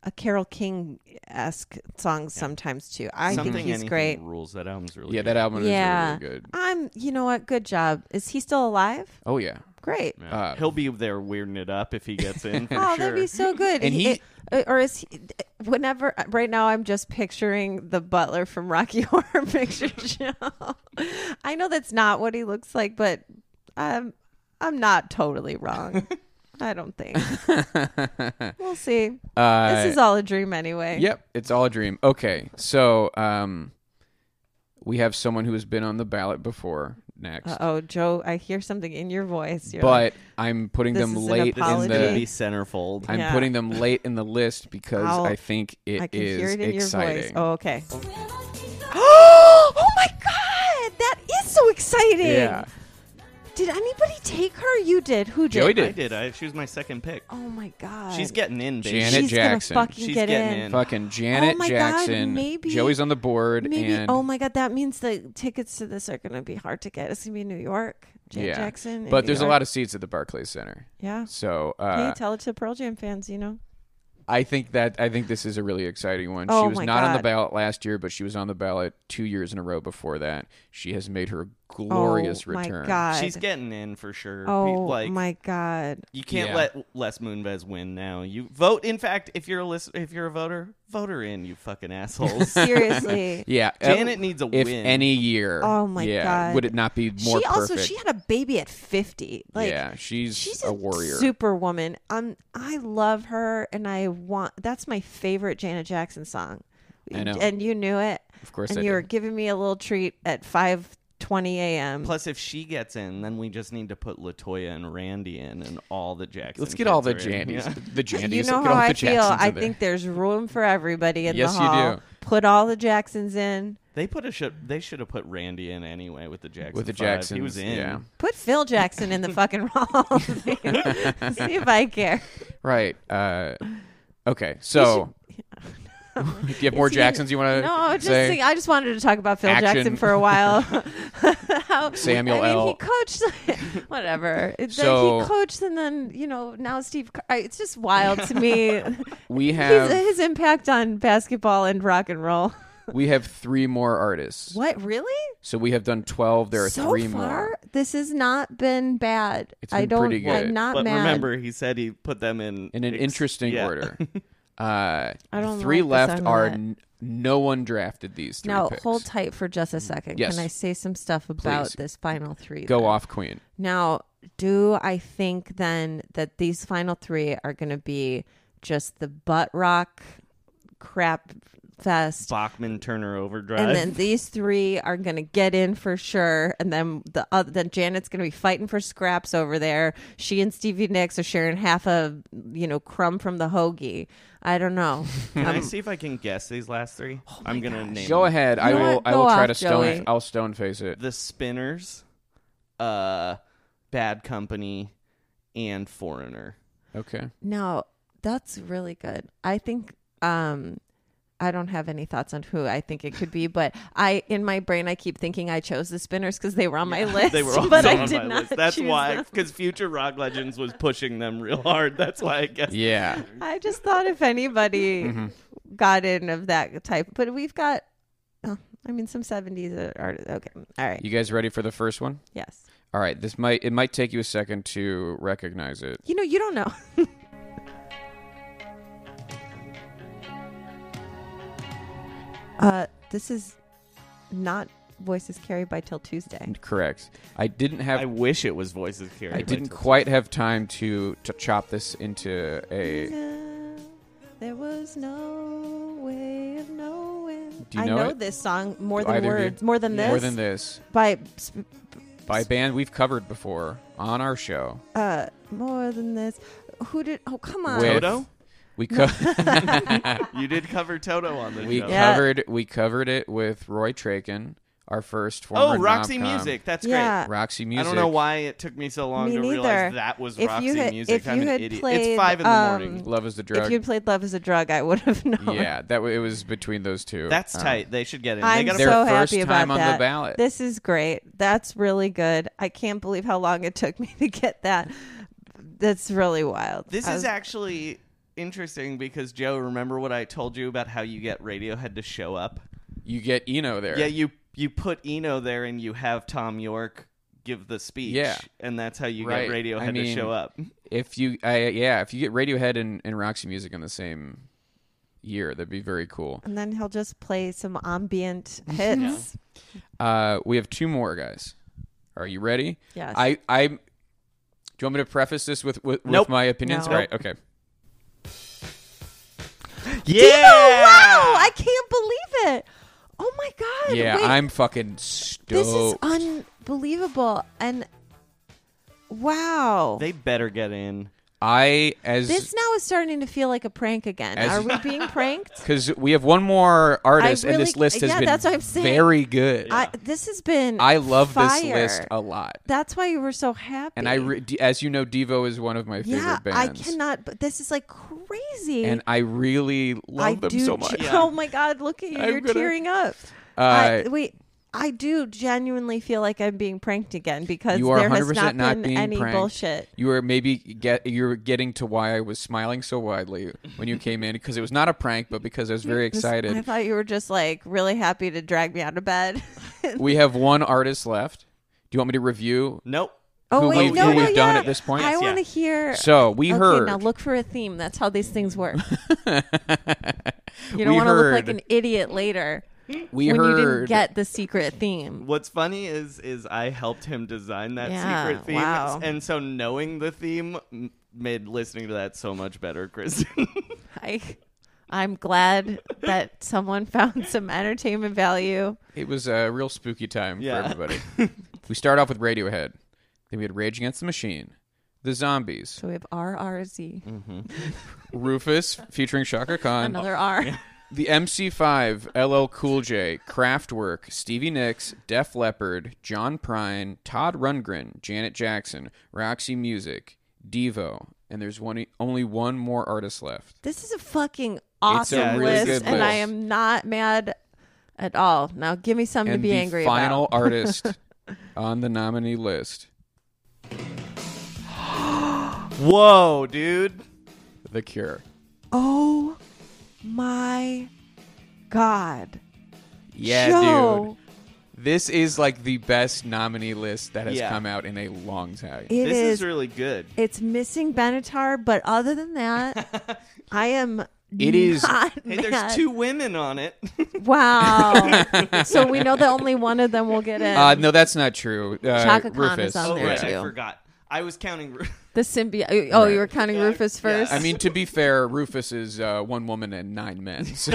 B: a Carol King esque songs sometimes too. I
C: Something
B: think he's
C: Anything
B: great.
C: Rules that album's really
A: yeah
C: good.
A: that album
B: yeah,
A: is really, really good.
B: I'm. You know what? Good job. Is he still alive?
A: Oh yeah,
B: Great.
A: Uh,
C: He'll be there weirding it up if he gets in. For
B: Oh,
C: sure.
B: that'd be so good.
A: And
B: He-
A: he-
B: uh, or is he, whenever uh, right now I'm just picturing the butler from Rocky Horror Picture Show. I know that's not what he looks like, but I'm I'm not totally wrong. I don't think. we'll see.
A: uh,
B: This is all a dream anyway.
A: Yep, it's all a dream. Okay, so um, we have someone who has been on the ballot before next,
B: Oh, Joe, I hear something in your voice. You're like,
A: but I'm putting
B: This
A: them
B: is an
A: late in
B: apology.
C: It's gonna be
A: the.
C: centerfold.
A: I'm
B: Yeah.
A: putting them late in the list because
B: I'll-
A: I think it is
B: I can hear it in your voice.
A: exciting.
B: Oh, okay. oh my god, that is so exciting.
A: yeah,
B: Did anybody take her? You did. Who did?
A: Joey
C: I
A: did.
C: did. I, she was my second pick.
B: Oh my god.
C: She's getting in, baby.
A: Janet
B: She's
A: Jackson.
B: Gonna fucking
C: She's
B: get
C: getting
B: in.
C: in.
A: Fucking Janet
B: Oh my God,
A: Jackson.
B: maybe-
A: Joey's on the board.
B: Maybe.
A: And
B: oh my god, that means the tickets to this are gonna be hard to get. It's gonna be New York. Janet
A: yeah.
B: Jackson. in
A: But
B: New
A: there's a
B: York.
A: lot of seats at the Barclays Center.
B: yeah.
A: So
B: Can
A: uh,
B: you tell it to Pearl Jam fans? You know.
A: I think that I think this is a really exciting one.
B: Oh
A: she was
B: my
A: not on the
B: God.
A: ballot last year, but she was on the ballot two years in a row before that. She has made her glorious
B: oh
A: return.
B: my god.
C: She's getting in for sure. Pe-
B: Oh
C: like
B: my god.
C: you can't
A: Yeah.
C: let Les Moonves win now. You vote. In fact, if you're a list, if you're a voter, vote her in. You fucking assholes.
B: Seriously.
A: Yeah, uh,
C: Janet needs a
A: if
C: win.
A: any year.
B: Oh my
A: yeah,
B: God.
A: Would it not be more
B: she
A: perfect?
B: also she had a baby at 50 like
A: yeah, she's,
B: she's
A: a warrior.
B: superwoman um i love her and i want that's my favorite janet jackson song
A: I know.
B: and you knew it
A: Of course
B: and
A: I
B: you were
A: did.
B: giving me a little treat at 5 20 a.m
C: Plus, if she gets in, then we just need to put Latoya and Randy in, and all the Jackson.
A: Let's get all the
C: kids are in.
A: Jandies,
C: Yeah.
A: the Jandies.
B: you know
A: get
B: how
A: all
B: i
A: the
B: feel
A: Jacksons
B: i
A: in there.
B: think there's room for everybody in
A: Yes,
B: the
A: you
B: hall
A: do.
B: put all the jacksons in
C: They put a should. They should have put Randy in anyway with the Jackson.
A: with the
C: Five.
A: Jacksons.
C: he was in.
A: Yeah,
B: put phil jackson in the fucking hall of Fame. see if i care
A: right. Uh, okay, so. Do you have more
B: Is he-
A: Jacksons you want to
B: No, just
A: say?
B: think- I just wanted to talk about Phil
A: Action.
B: Jackson for a while. How,
A: Samuel
B: I mean,
A: L.
B: He coached, whatever. It's like
A: So-
B: he coached, and then you know now Steve. Car- I- It's just wild to me.
A: we have
B: His, his impact on basketball and rock and roll.
A: we have three more artists.
B: What really?
A: So we have done twelve. There are
B: so
A: three
B: far,
A: more.
B: this has not been bad.
A: It's
B: I
A: been
B: don't.
A: pretty good.
B: I'm not
C: But
B: mad.
C: remember, he said he put them in
A: in an
C: ex-
A: interesting
C: yeah.
A: order. Uh,
B: I don't
A: three
B: like the
A: left
B: sound of
A: are
B: that.
A: n- No one drafted these three
B: Now,
A: picks.
B: hold tight for just a second.
A: Yes.
B: Can I say some stuff about
A: Please.
B: this final three?
A: Go
B: then?
A: off, Queen.
B: Now, do I think then that these final three are going to be just the butt rock crap fest?
C: Bachman Turner Overdrive.
B: And then these three are gonna get in for sure, and then the other, then Janet's gonna be fighting for scraps over there. She and Stevie Nicks are sharing half a you know crumb from the hoagie. I don't know.
C: Can
B: Um,
C: I see if I can guess these last three?
B: Oh
C: I'm gonna name
A: Go
C: them.
A: ahead. I
B: You know
A: will.
B: what?
A: I will
B: Go
A: try
B: off,
A: to stone.
B: Joey.
A: I'll stone face it.
C: the Spinners, uh, Bad Company, and Foreigner.
A: Okay.
B: No, that's really good. I think um I don't have any thoughts on who I think it could be, but I in my brain I keep thinking I chose the spinners because they were on my list.
C: They were also
B: but I
C: on
B: did
C: my
B: not
C: list. That's
B: choose
C: why,
B: them.
C: because Future Rock Legends was pushing them real hard. That's why I guess.
A: Yeah.
B: I just thought if anybody
C: Mm-hmm.
B: got in of that type, but we've got. Oh, I mean, some seventies are okay. All right.
A: You guys ready for the first one?
B: yes.
A: All right. This might. It might take you a second to recognize it.
B: You know, you don't know. uh, this is not voices carried by till Tuesday.
A: Correct. I didn't have.
C: I wish it was voices carried.
A: I
C: by
A: didn't
C: Tilted.
A: quite have time to to chop this into a.
B: There was no way of knowing.
A: Do you
B: I
A: know
B: know,
A: it?
B: this song more
A: Do
B: than
A: either of you-
B: words, more than this,
A: More than this
B: by sp-
A: by a band we've covered before on our show.
B: uh, more than this. Who did? Oh, come on.
A: with-
C: Toto?
A: We co-
C: You did cover Toto on the
A: we
C: show.
B: Yeah.
A: covered we covered it with Roy Traken, our first former
C: Oh, Roxy
A: rom-com.
C: Music. That's
B: Yeah.
C: great.
A: Roxy Music.
C: I don't know why it took me so long
B: Me
C: to
B: neither.
C: realize that was
B: If you
C: Roxy
B: had-
C: Music.
B: if
C: I'm
B: you
C: an
B: had
C: idiot.
B: played,
C: it's five in the
B: um,
C: morning.
A: Love is the
B: If
A: drug.
B: you'd played Love is a Drug, I would have known.
A: yeah, that w- it was between those two.
C: That's
A: Um,
C: tight. They should get in.
B: I'm
C: they gotta
A: Their
B: so
A: first
B: happy
A: time
B: about
A: on the
B: that.
A: ballot.
B: This is great. That's really good. I can't believe how long it took me to get that. That's really wild.
C: This
B: I
C: is
B: was-
C: actually interesting because Joe, remember what I told you about how you get Radiohead to show up?
A: You get Eno there.
C: Yeah, you you put Eno there and you have Tom York give the speech.
A: Yeah.
C: and that's how you
A: Right.
C: get Radiohead
A: I
C: to
A: mean-
C: show up.
A: If you, I, yeah, if you get Radiohead and, and Roxy Music in the same year, that'd be very cool.
B: And then he'll just play some ambient hits.
A: Uh, we have two more guys. Are you ready?
B: Yes.
A: I, I. Do you want me to preface this with with, with
C: Nope.
A: my opinions?
B: No.
A: All right. Okay.
C: Yeah.
B: Oh, wow! I can't believe it. Oh my god!
A: Yeah,
B: Wait,
A: I'm fucking stoked.
B: This is unbelievable. And wow,
C: they better get in.
A: I as
B: this now is starting to feel like a prank again.
A: As-
B: Are we being pranked?
A: Because we have one more artist, and this
B: really-
A: list has
B: yeah,
A: been
B: that's what I'm saying.
A: very good.
B: I, this has been.
A: I love this
B: fire.
A: list a lot,
B: That's why you were so happy.
A: and I, re- d- as you know, Devo is one of my favorite
B: yeah, I
A: bands.
B: cannot. But this is like crazy.
A: and I really love
B: I
A: them
B: do.
A: so much.
B: ge- Oh my God! Look at you!
A: I'm
B: You're
A: gonna-
B: tearing up.
A: Uh,
B: I, wait, I do genuinely feel like I'm being pranked again because
A: you are
B: there
A: 100
B: has not
A: percent not
B: been
A: being
B: any
A: pranked.
B: bullshit.
A: You were maybe get you were getting to why I was smiling so widely when you came in because it was not a prank, but because I was very
B: This-
A: excited.
B: I thought you were just like really happy to drag me out of bed.
A: we have one artist left. Do you want me to review?
C: Nope.
B: Oh
A: Who
B: wait,
A: we've-
B: no,
A: who
B: no,
A: we've done
B: yeah.
A: at this point?
B: I
A: Yes,
B: want to
C: yeah.
B: hear.
A: So, we
B: okay,
A: heard-
B: Now look for a theme. That's how these things work.
A: we
B: You don't want to look
A: heard.
B: like an idiot later
A: we
B: when
A: heard.
B: you didn't get the secret theme.
C: What's funny is is I helped him design that
B: Yeah,
C: secret theme,
B: wow.
C: and so knowing the theme m- made listening to that so much better, Kristen.
B: I, I'm glad that someone found some entertainment value.
A: It was a real spooky time
C: Yeah.
A: for everybody. we start off with Radiohead. Then we had Rage Against the Machine, The Zombies,
B: So we have RRZ,
A: Rufus featuring Shaka Khan,
B: another R.
A: The MC5, LL Cool J, Kraftwerk, Stevie Nicks, Def Leppard, John Prine, Todd Rundgren, Janet Jackson, Roxy Music, Devo, and there's one only one more artist left.
B: This is a fucking awesome
C: really
B: list,
C: good
B: and I
C: list.
B: am not mad at all. Now give me something
A: and
B: to be
A: the
B: angry
A: final
B: about.
A: artist on the nominee list,
C: Whoa, dude!
A: The Cure.
B: Oh my god!
A: Yeah, dude.
B: Joe,
A: This is like the best nominee list that has
C: Yeah.
A: come out in a long time.
B: it
C: this
B: is.
C: is really good.
B: it's missing Benatar, but other than that, I am
A: It is.
B: God,
C: Hey, there's
B: man.
C: two women on it.
B: Wow. so we know that only one of them will get in.
A: Uh, no, that's not true. Uh,
B: Chaka Khan
A: Rufus.
B: is on
C: oh,
B: there,
C: right.
B: too.
C: I forgot. I was counting. Ru-
B: the symbiote. Oh, you were counting Rufus first.
A: I mean, to be fair, Rufus is uh, one woman and nine men. So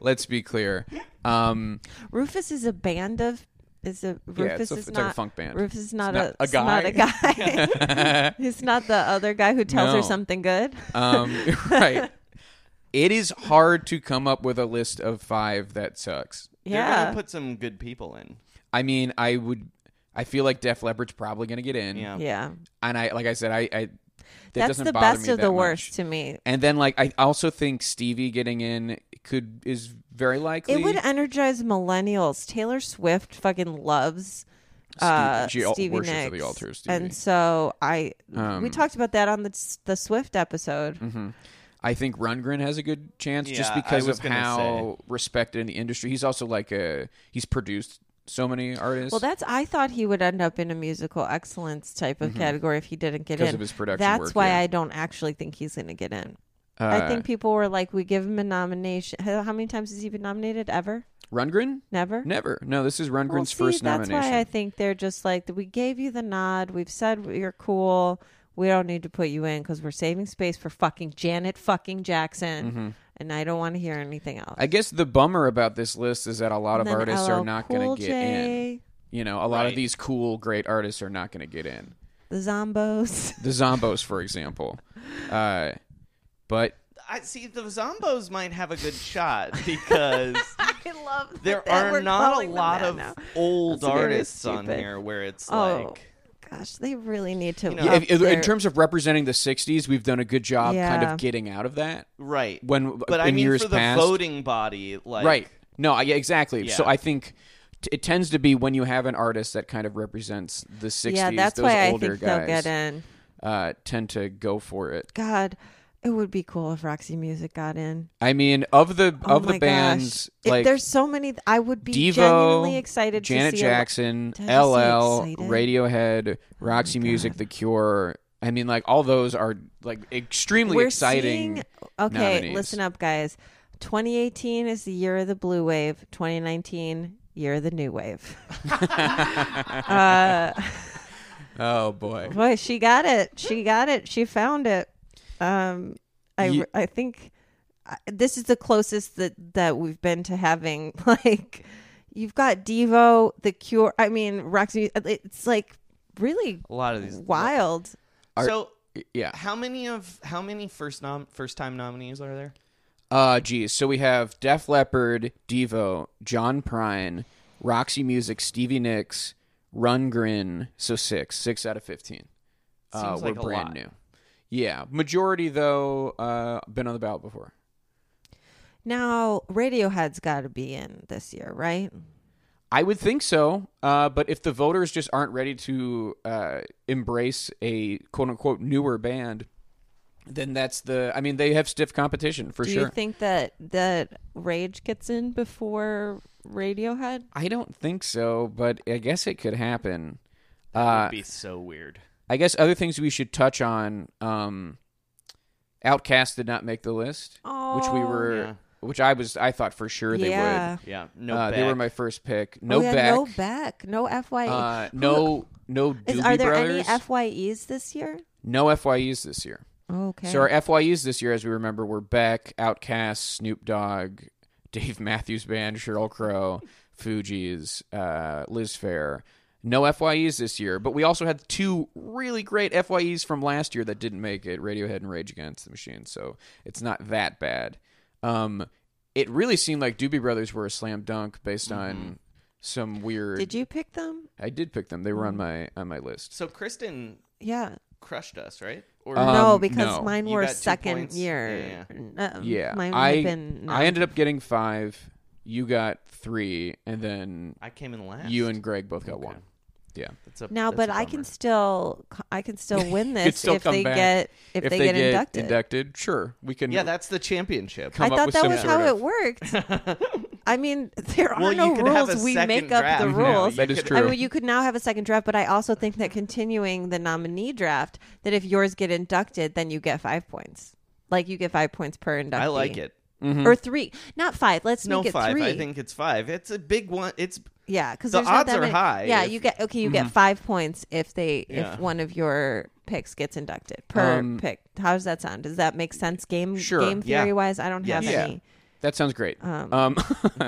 A: let's be clear. Um,
B: Rufus is a band of. Is a Rufus
A: yeah, it's, a,
B: is
A: it's
B: not
A: like a funk band.
B: Rufus is not,
A: not
B: a,
A: a
B: it's Not a guy. He's not the other guy who tells her
A: No.
B: something good.
A: Um, right. It is hard to come up with a list of five that sucks.
C: They're
B: yeah.
C: gonna put some good people in.
A: I mean, I would. I feel like Def Leppard's probably going to get in.
C: Yeah.
B: yeah.
A: And I, like I said, I. I that
B: That's
A: doesn't
B: the
A: bother
B: best
A: me
B: of
A: that
B: the worst
A: much.
B: to me.
A: And then, like, I also think Stevie getting in could is very likely.
B: It would energize millennials. Taylor Swift fucking loves
A: Ste-
B: uh,
A: she al-
B: Stevie
A: worships at
B: Nicks,
A: the altar of Stevie.
B: and so I we
A: Um,
B: talked about that on the s- the Swift episode.
A: I think Rundgren has a good chance just
C: Yeah, I
A: because
C: was
A: of
C: gonna
A: how respected in the industry. He's also like a he's produced so many artists.
B: Well, that's I thought he would end up in a musical excellence type of category if he didn't get in.
A: Because Mm-hmm. of his production
B: That's
A: work,
B: why
A: yeah.
B: I don't actually think he's going to get in. I
A: Uh,
B: think people were like, we give him a nomination. How how many times has he been nominated? Ever?
A: Rundgren?
B: Never?
A: Never. No, this is
B: Well,
A: Rundgren's
B: see,
A: first
B: that's
A: nomination.
B: why I think they're just like, we gave you the nod. We've said you're cool. We don't need to put you in because we're saving space for fucking Janet fucking Jackson. And I don't want to hear anything else.
A: Mm-hmm. I guess the bummer about this list is that a lot
B: And
A: of
B: then
A: artists
B: LL
A: are not
B: Cool
A: going to get in.
B: J,
A: You know, a lot
C: Right.
A: of these cool, great artists are not going to get in.
B: The Zombos.
A: The Zombos, for example. Uh, but
C: I see the Zombos might have a good shot because
B: I love that
C: there
B: that
C: are
B: we're
C: not
B: calling
C: a
B: them
C: lot
B: that
C: of
B: now.
C: old
B: That's very
C: artists on
B: stupid.
C: here where it's
B: Oh.
C: like
B: Gosh, they really need to.
C: know,
A: yeah,
B: up
A: if, in
B: their-
A: terms of representing the '60s, we've done a good job kind
B: Yeah.
A: of getting out of that.
C: right
A: When
C: but
A: in
C: I mean
A: years
C: for the
A: past,
C: voting body like
A: right? No, I, yeah, exactly. So
C: Yeah.
A: I think t- it tends to be when you have an artist that kind of represents the '60s.
B: yeah, that's
A: those
B: why I
A: older
B: think they'll
A: guys
B: get in.
A: Uh, tend to go for it.
B: God, it would be cool if Roxy Music got in.
A: I mean, of the
B: Oh
A: of
B: my
A: the bands
B: gosh. It-
A: like
B: there's so many. I would be
A: Devo,
B: genuinely excited.
A: Janet
B: to see a-
A: Jackson,
B: Did I just say
A: LL,
B: excited? Oh
A: Radiohead, Roxy Music, The Cure. I mean, like all those are like extremely
B: We're
A: exciting.
B: seeing- okay,
A: nominees.
B: listen up, guys. 2018 is the year of the blue wave. 2019, year of the new wave. uh,
A: Oh boy,
B: boy, she got it. She got it. She found it. Um, I
A: Ye-
B: I think I, this is the closest that that we've been to having like you've got Devo, The Cure. I mean, Roxy. It's like really
C: a lot of these
B: wild.
C: so
A: yeah.
C: how many of how many first nom first time nominees are there
A: Uh, geez. So we have Def Leppard, Devo, John Prine, Roxy Music, Stevie Nicks, Rungrin. So six, six out of fifteen. uh,
C: Seems
A: were
C: like a
A: brand
C: lot.
A: new. Yeah, majority though, uh, been on the ballot before.
B: Now Radiohead's got to be in this year, right?
A: I would think so, uh, but if the voters just aren't ready to uh, embrace a "quote unquote" newer band, then that's the. I mean, they have stiff competition for
B: Do
A: sure.
B: you think that that Rage gets in before Radiohead?
A: I don't think so, but I guess it could happen.
C: that
A: Uh,
C: would be so weird
A: I guess other things we should touch on. Um, Outcast did not make the list, which we
B: Oh.
A: were,
C: Yeah.
A: which I was, I thought for sure they
B: yeah.
A: would.
C: yeah no
A: uh, they
C: Beck.
A: were my first pick. No
B: Oh, yeah,
A: Beck.
B: no Beck, no Fye.
A: uh, no, no Doobie
B: Is, are there
A: Brothers.
B: any FYEs this year?
A: no FYEs this year.
B: Okay.
A: So our FYEs this year, as we remember, were Beck, Outkast, Snoop Dogg, Dave Matthews Band, Sheryl Crow, Fugees, uh, Liz Fair. No FYEs this year, but we also had two really great FYEs from last year that didn't make it: Radiohead and Rage Against the Machine. So it's not that bad. Um, it really seemed like Doobie Brothers were a slam dunk based on some weird.
B: Mm-hmm. Did you Mm-hmm. pick them?
A: I did pick them. They were on my on my list.
C: so kristen
B: Yeah.
C: crushed us right or
A: Um,
B: no, because
A: no.
B: mine
C: You
B: were
C: got two
B: second
C: points.
B: year. Uh,
A: Yeah,
B: Mine would
A: I
B: have been.
A: I ended up getting five. You got three, and then
C: i came in last
A: you and Greg both got one. Yeah,
C: That's a-
B: now,
C: that's
B: but
C: a
B: I
C: bummer.
B: can still, I can still win
A: Could
B: this
A: still
B: if
A: come
B: they
A: back.
B: get if, they, get, inducted.
A: inducted, sure, we can.
C: yeah that's the championship
A: come
B: I
A: up
B: thought
A: with
B: that
A: some
B: was
A: sort
B: how
A: of-
B: it worked. I mean, there are
C: Well,
B: no
C: you could have
B: rules.
C: a
B: We
C: second
B: make
C: draft.
B: up the
C: Yeah,
B: rules.
A: that is
C: could-
A: true.
B: I mean, you could now have a second draft, but I also think that continuing the nominee draft, that if yours get inducted, then you get five points. Like you get five points per inductee.
C: I like it.
A: Mm-hmm.
B: Or three, not five. Let's
C: No
B: make it
C: five.
B: three.
C: I think it's five. It's a big one. It's
B: Yeah, because
C: The
B: there's not
C: odds
B: that
C: are
B: many-
C: high
B: Yeah,
C: if-
B: you get okay. You get
A: Mm-hmm.
B: five points if they
C: Yeah.
B: if one of your picks gets inducted per
A: Um,
B: pick. How does that sound? Does that make sense? Game
A: Sure,
B: game
C: yeah.
B: theory wise, I don't have
C: Yes.
A: Yeah.
B: any.
A: That sounds great. Um,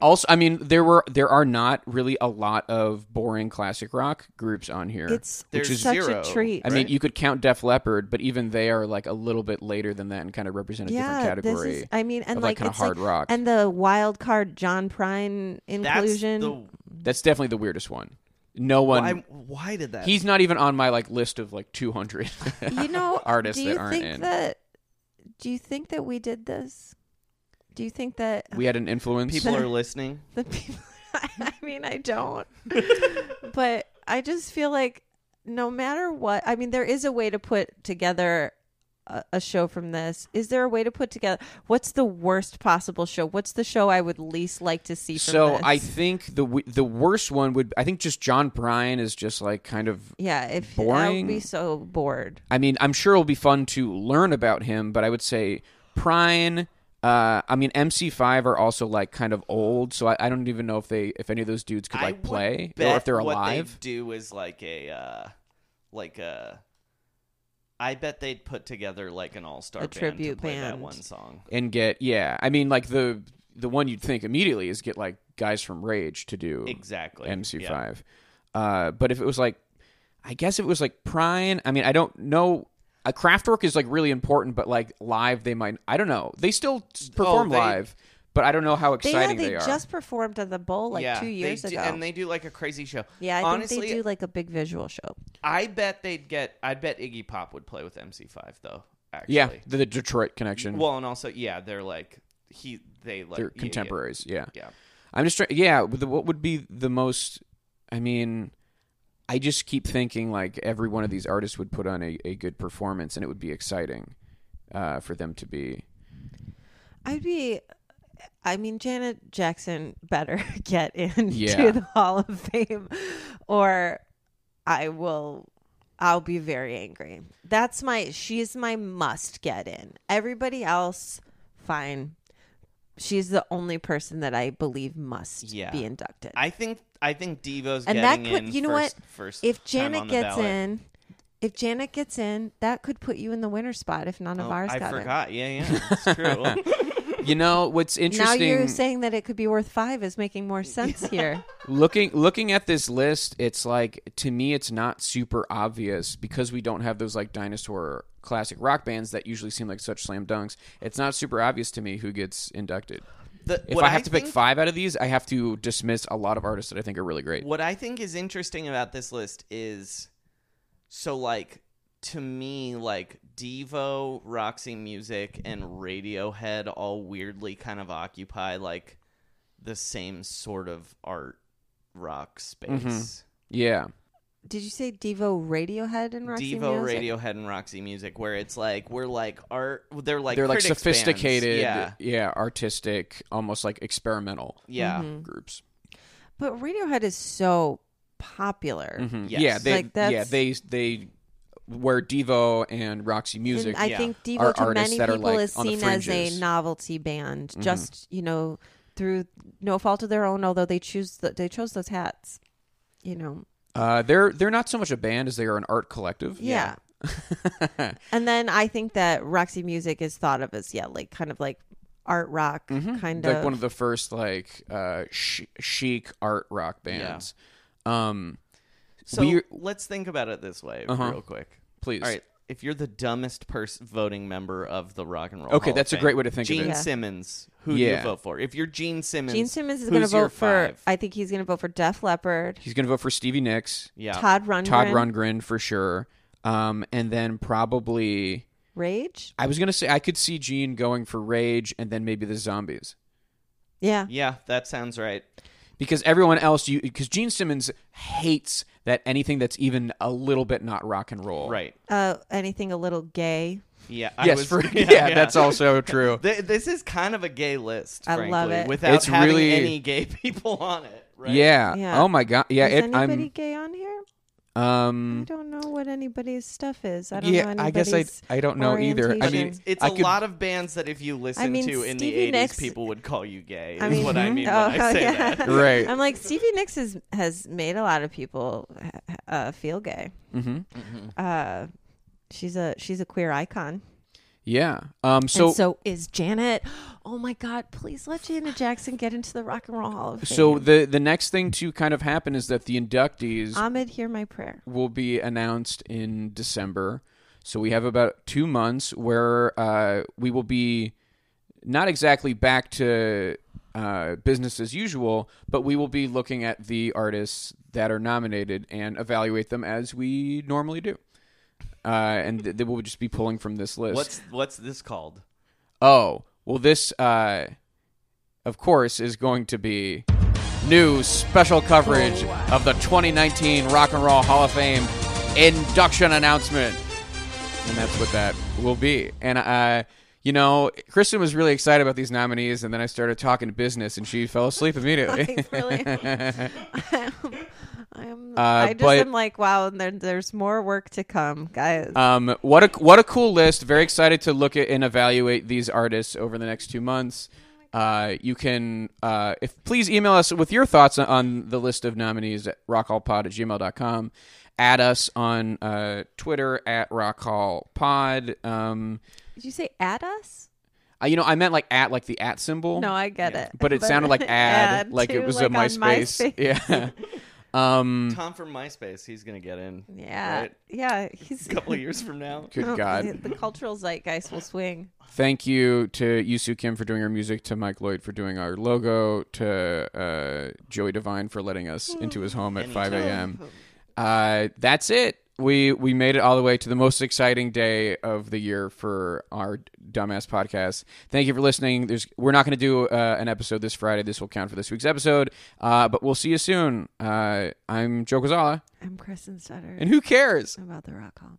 A: also, I mean, there were there are not really a lot of boring classic rock groups on here.
B: It's
C: There's
B: it's such
C: zero,
B: a treat.
A: I mean, you could count Def Leppard, but even they are like a little bit later than that and kind of represent a
B: yeah,
A: different category.
B: this is. I mean, and
A: of, like,
B: like,
A: kinda
B: it's
A: hard rock.
B: and the wild card John Prine
C: that's
B: inclusion.
C: the
A: That's definitely the weirdest one. No one.
C: why. Why did that?
A: he's not even on my like list of like 200
B: you know,
A: artists
B: do you
A: that aren't
B: think
A: in.
B: that? Do you think that we did this? Do you think that
A: we had an influence.
C: people are listening.
B: the people I mean I don't but I just feel like no matter what I mean there is a way to put together a, a show from this is there a way to put together what's the worst possible show what's the show I would least like to see from
A: so
B: this?
A: I think the w- the worst one would I think just John Bryan is just like kind of
B: yeah if I
A: boring.
B: would be so bored
A: I mean, I'm sure it'll be fun to learn about him, but I would say Prine. Uh, I mean, MC5 are also like kind of old, so I, I don't even know if they if any of those dudes could
C: I
A: like
C: would
A: play or
C: bet
A: if they're
C: what
A: alive.
C: They do is like a, uh, like a. I bet they'd put together like an all-star
B: A
C: band
B: tribute
C: to play that
B: band.
C: one song.
A: and get yeah. I mean, like the the one you'd think immediately is get like guys from Rage to do
C: Exactly.
A: MC5.
C: Yeah.
A: Uh, but if it was like, I guess if it was like Prine. I mean, I don't know. A Kraftwerk is like really important, but like live, they might. I don't know. They still s- perform
C: they-
A: live, but I don't know how
B: they, yeah,
A: exciting
B: they,
A: are.
B: just performed at the bowl like
C: Yeah,
B: two
C: they
B: years
C: do-
B: ago
C: and they do like a crazy show.
B: yeah I
C: honestly,
B: think they do like a big visual show
C: I bet they'd get. I bet Iggy Pop would play with MC5 though. Actually,
A: Yeah, the, the Detroit connection.
C: Well, and also, yeah, they're like he. They like
A: they're
C: yeah, yeah.
A: contemporaries. Yeah,
C: Yeah.
A: I'm just trying. Yeah, with the, what would be the most? I mean, I just keep thinking like every one of these artists would put on a, a good performance, and it would be exciting uh, for them to be.
B: I'd be. I mean, Janet Jackson better get into
A: Yeah.
B: the Hall of Fame, or I will. I'll be very angry. That's my. She's my must get in. Everybody else, fine. She's the only person that I believe must
C: Yeah.
B: be inducted.
C: I think I think Devo's
B: and that
C: getting
B: could.
C: in
B: You know
C: first,
B: what?
C: First,
B: if
C: time
B: Janet
C: on the
B: gets
C: ballot.
B: in, if Janet gets in, that could put you in the winner spot. If none of
C: Oh,
B: ours
C: I
B: got in.
C: forgot. Yeah, yeah, it's true.
A: You know what's
B: Now
A: interesting?
B: you're saying that it could be worth five is making more sense here.
A: looking looking at this list, it's like to me, it's not super obvious because we don't have those like dinosaur classic rock bands that usually seem like such slam dunks. It's not super obvious to me who gets inducted.
C: The-
A: If
C: what
A: I have to pick
C: think-
A: five out of these, I have to dismiss a lot of artists that I think are really great.
C: What I think is interesting about this list is so like to me like Devo, Roxy Music and Radiohead all weirdly kind of occupy like the same sort of art rock space.
A: Yeah.
B: Did you say Devo Radiohead and Roxy
C: Devo,
B: Music?
C: Radiohead and Roxy Music where it's like we're like art they're like
A: They're like
C: critics bands.
A: sophisticated,
C: Yeah.
A: yeah, artistic, almost like experimental
C: Yeah.
A: groups.
B: But Radiohead is so popular.
A: Mhm.
C: Yes.
A: Yeah, they
B: Like, that's-
A: yeah, they they where Devo and Roxy Music
B: And I
C: yeah.
B: think
A: Are
B: Devo to
A: artists
B: many
A: that are,
B: people
A: like,
B: is
A: on the
B: seen as a
A: fringes. Mm-hmm.
B: novelty band, just you know, through no fault of their own. Although they choose the, they chose those hats, you know.
A: Uh, they're they're not so much a band as they are an art collective.
B: Yeah. and then I think that Roxy Music is thought of as yeah, like kind of like art rock kind
A: Mm-hmm. like
B: of.
A: one of the first like uh, sh- chic art rock bands. Um,
C: So
A: We're-
C: let's think about it this way real quick.
A: Uh-huh. please.
C: All right. If you're the dumbest person voting member of the Rock and Roll,
A: Okay,
C: Hall of
A: that's a
C: Fame,
A: great way to think of
C: Gene
A: it. Yeah.
C: Simmons, who do
A: Yeah.
C: you vote for? If you're Gene Simmons,
B: Gene Simmons is
C: going to
B: vote for.
C: Five?
B: I think he's going to vote for Def Leppard,
A: He's gonna vote for Stevie Nicks,
C: yeah,
B: Todd Rundgren,
A: Todd Rundgren for sure, um, and then probably
B: Rage.
A: I was gonna say I could see Gene going for Rage and then maybe the Zombies
B: Yeah.
C: yeah, that sounds right.
A: because everyone else you because Gene Simmons hates that anything that's even a little bit not rock and roll.
C: Right.
B: Uh, anything a little gay.
C: Yeah.
A: Yes,
C: was-
A: for yeah, that's also true.
C: Th- this is kind of a gay list.
B: I
C: frankly,
B: love it.
C: Without
A: It's
C: having
A: really-
C: any gay people on it. Right?
A: Yeah.
B: Yeah.
A: Oh my god. Yeah.
B: Is
A: It,
B: anybody
A: I'm.
B: gay on here? I
A: Um,
B: don't know what anybody's stuff is. I don't
A: yeah,
B: know
A: I guess I
B: anybody's
A: I don't know either. I
C: But
A: mean,
B: orientation.
C: it's, it's a
A: I could-
C: lot of bands that if you listen
B: mean,
C: to in
B: Stevie
C: the 80s,
B: Nicks-
C: people would call you gay, is
B: I mean-
C: what I mean
B: Oh,
C: when I say
B: yeah.
C: that.
A: right.
B: I'm like Stevie Nicks has has made a lot of people uh, feel gay.
A: hmm
B: Uh, she's a she's a queer icon.
A: Yeah. Um. So
B: So, and so is Janet. Oh my God! Please let Janet Jackson get into the Rock and Roll Hall of Fame.
A: so the the next thing to kind of happen is that the inductees
B: Ahmed, hear my prayer.
A: will be announced in December. So we have about two months where uh, we will be not exactly back to uh, business as usual, but we will be looking at the artists that are nominated and evaluate them as we normally do. Uh, and th- they will just be pulling from this list.
C: What's what's this called?
A: Oh, well, this, uh, of course, is going to be new special coverage of the 2019 Rock and Roll Hall of Fame induction announcement. And that's what that will be. And, uh, you know, Kristen was really excited about these nominees, and then I started talking business, and she fell asleep immediately.
B: I really, I'm, I'm,
A: Uh,
B: I just
A: but-
B: am like, wow. And there, there's more work to come, guys.
A: Um, what a what a cool list! Very excited to look at and evaluate these artists over the next two months. Uh, you can, uh, if please email us with your thoughts on- on the list of nominees at rockhallpod at gmail.com. Add us on uh, Twitter at rockhallpod. Um,
B: Did you say at us?
A: I, you know, I meant like at like the at symbol.
B: No, I get it.
A: but it sounded like ad, like it
B: too,
A: was a
B: on
A: MySpace. Yeah. um,
C: Tom from MySpace. He's gonna get in.
B: Yeah.
C: Right?
B: Yeah. He's
C: A couple of years from now.
A: good
B: Oh,
A: God.
B: The, the cultural zeitgeist will swing.
A: Thank you to Yusu Kim for doing our music, to Mike Lloyd for doing our logo, to uh, Joey Devine for letting us
B: Hmm.
A: into his home at 5 a.m. Uh, that's it. We we made it all the way to the most exciting day of the year for our dumbass podcast. Thank you for listening. There's we're not going to do uh, an episode this Friday. This will count for this week's episode. Uh, but we'll see you soon. Uh, I'm Joe Gonzalez,
B: I'm Kristen Sutter.
A: and who cares?
B: about the rock hall.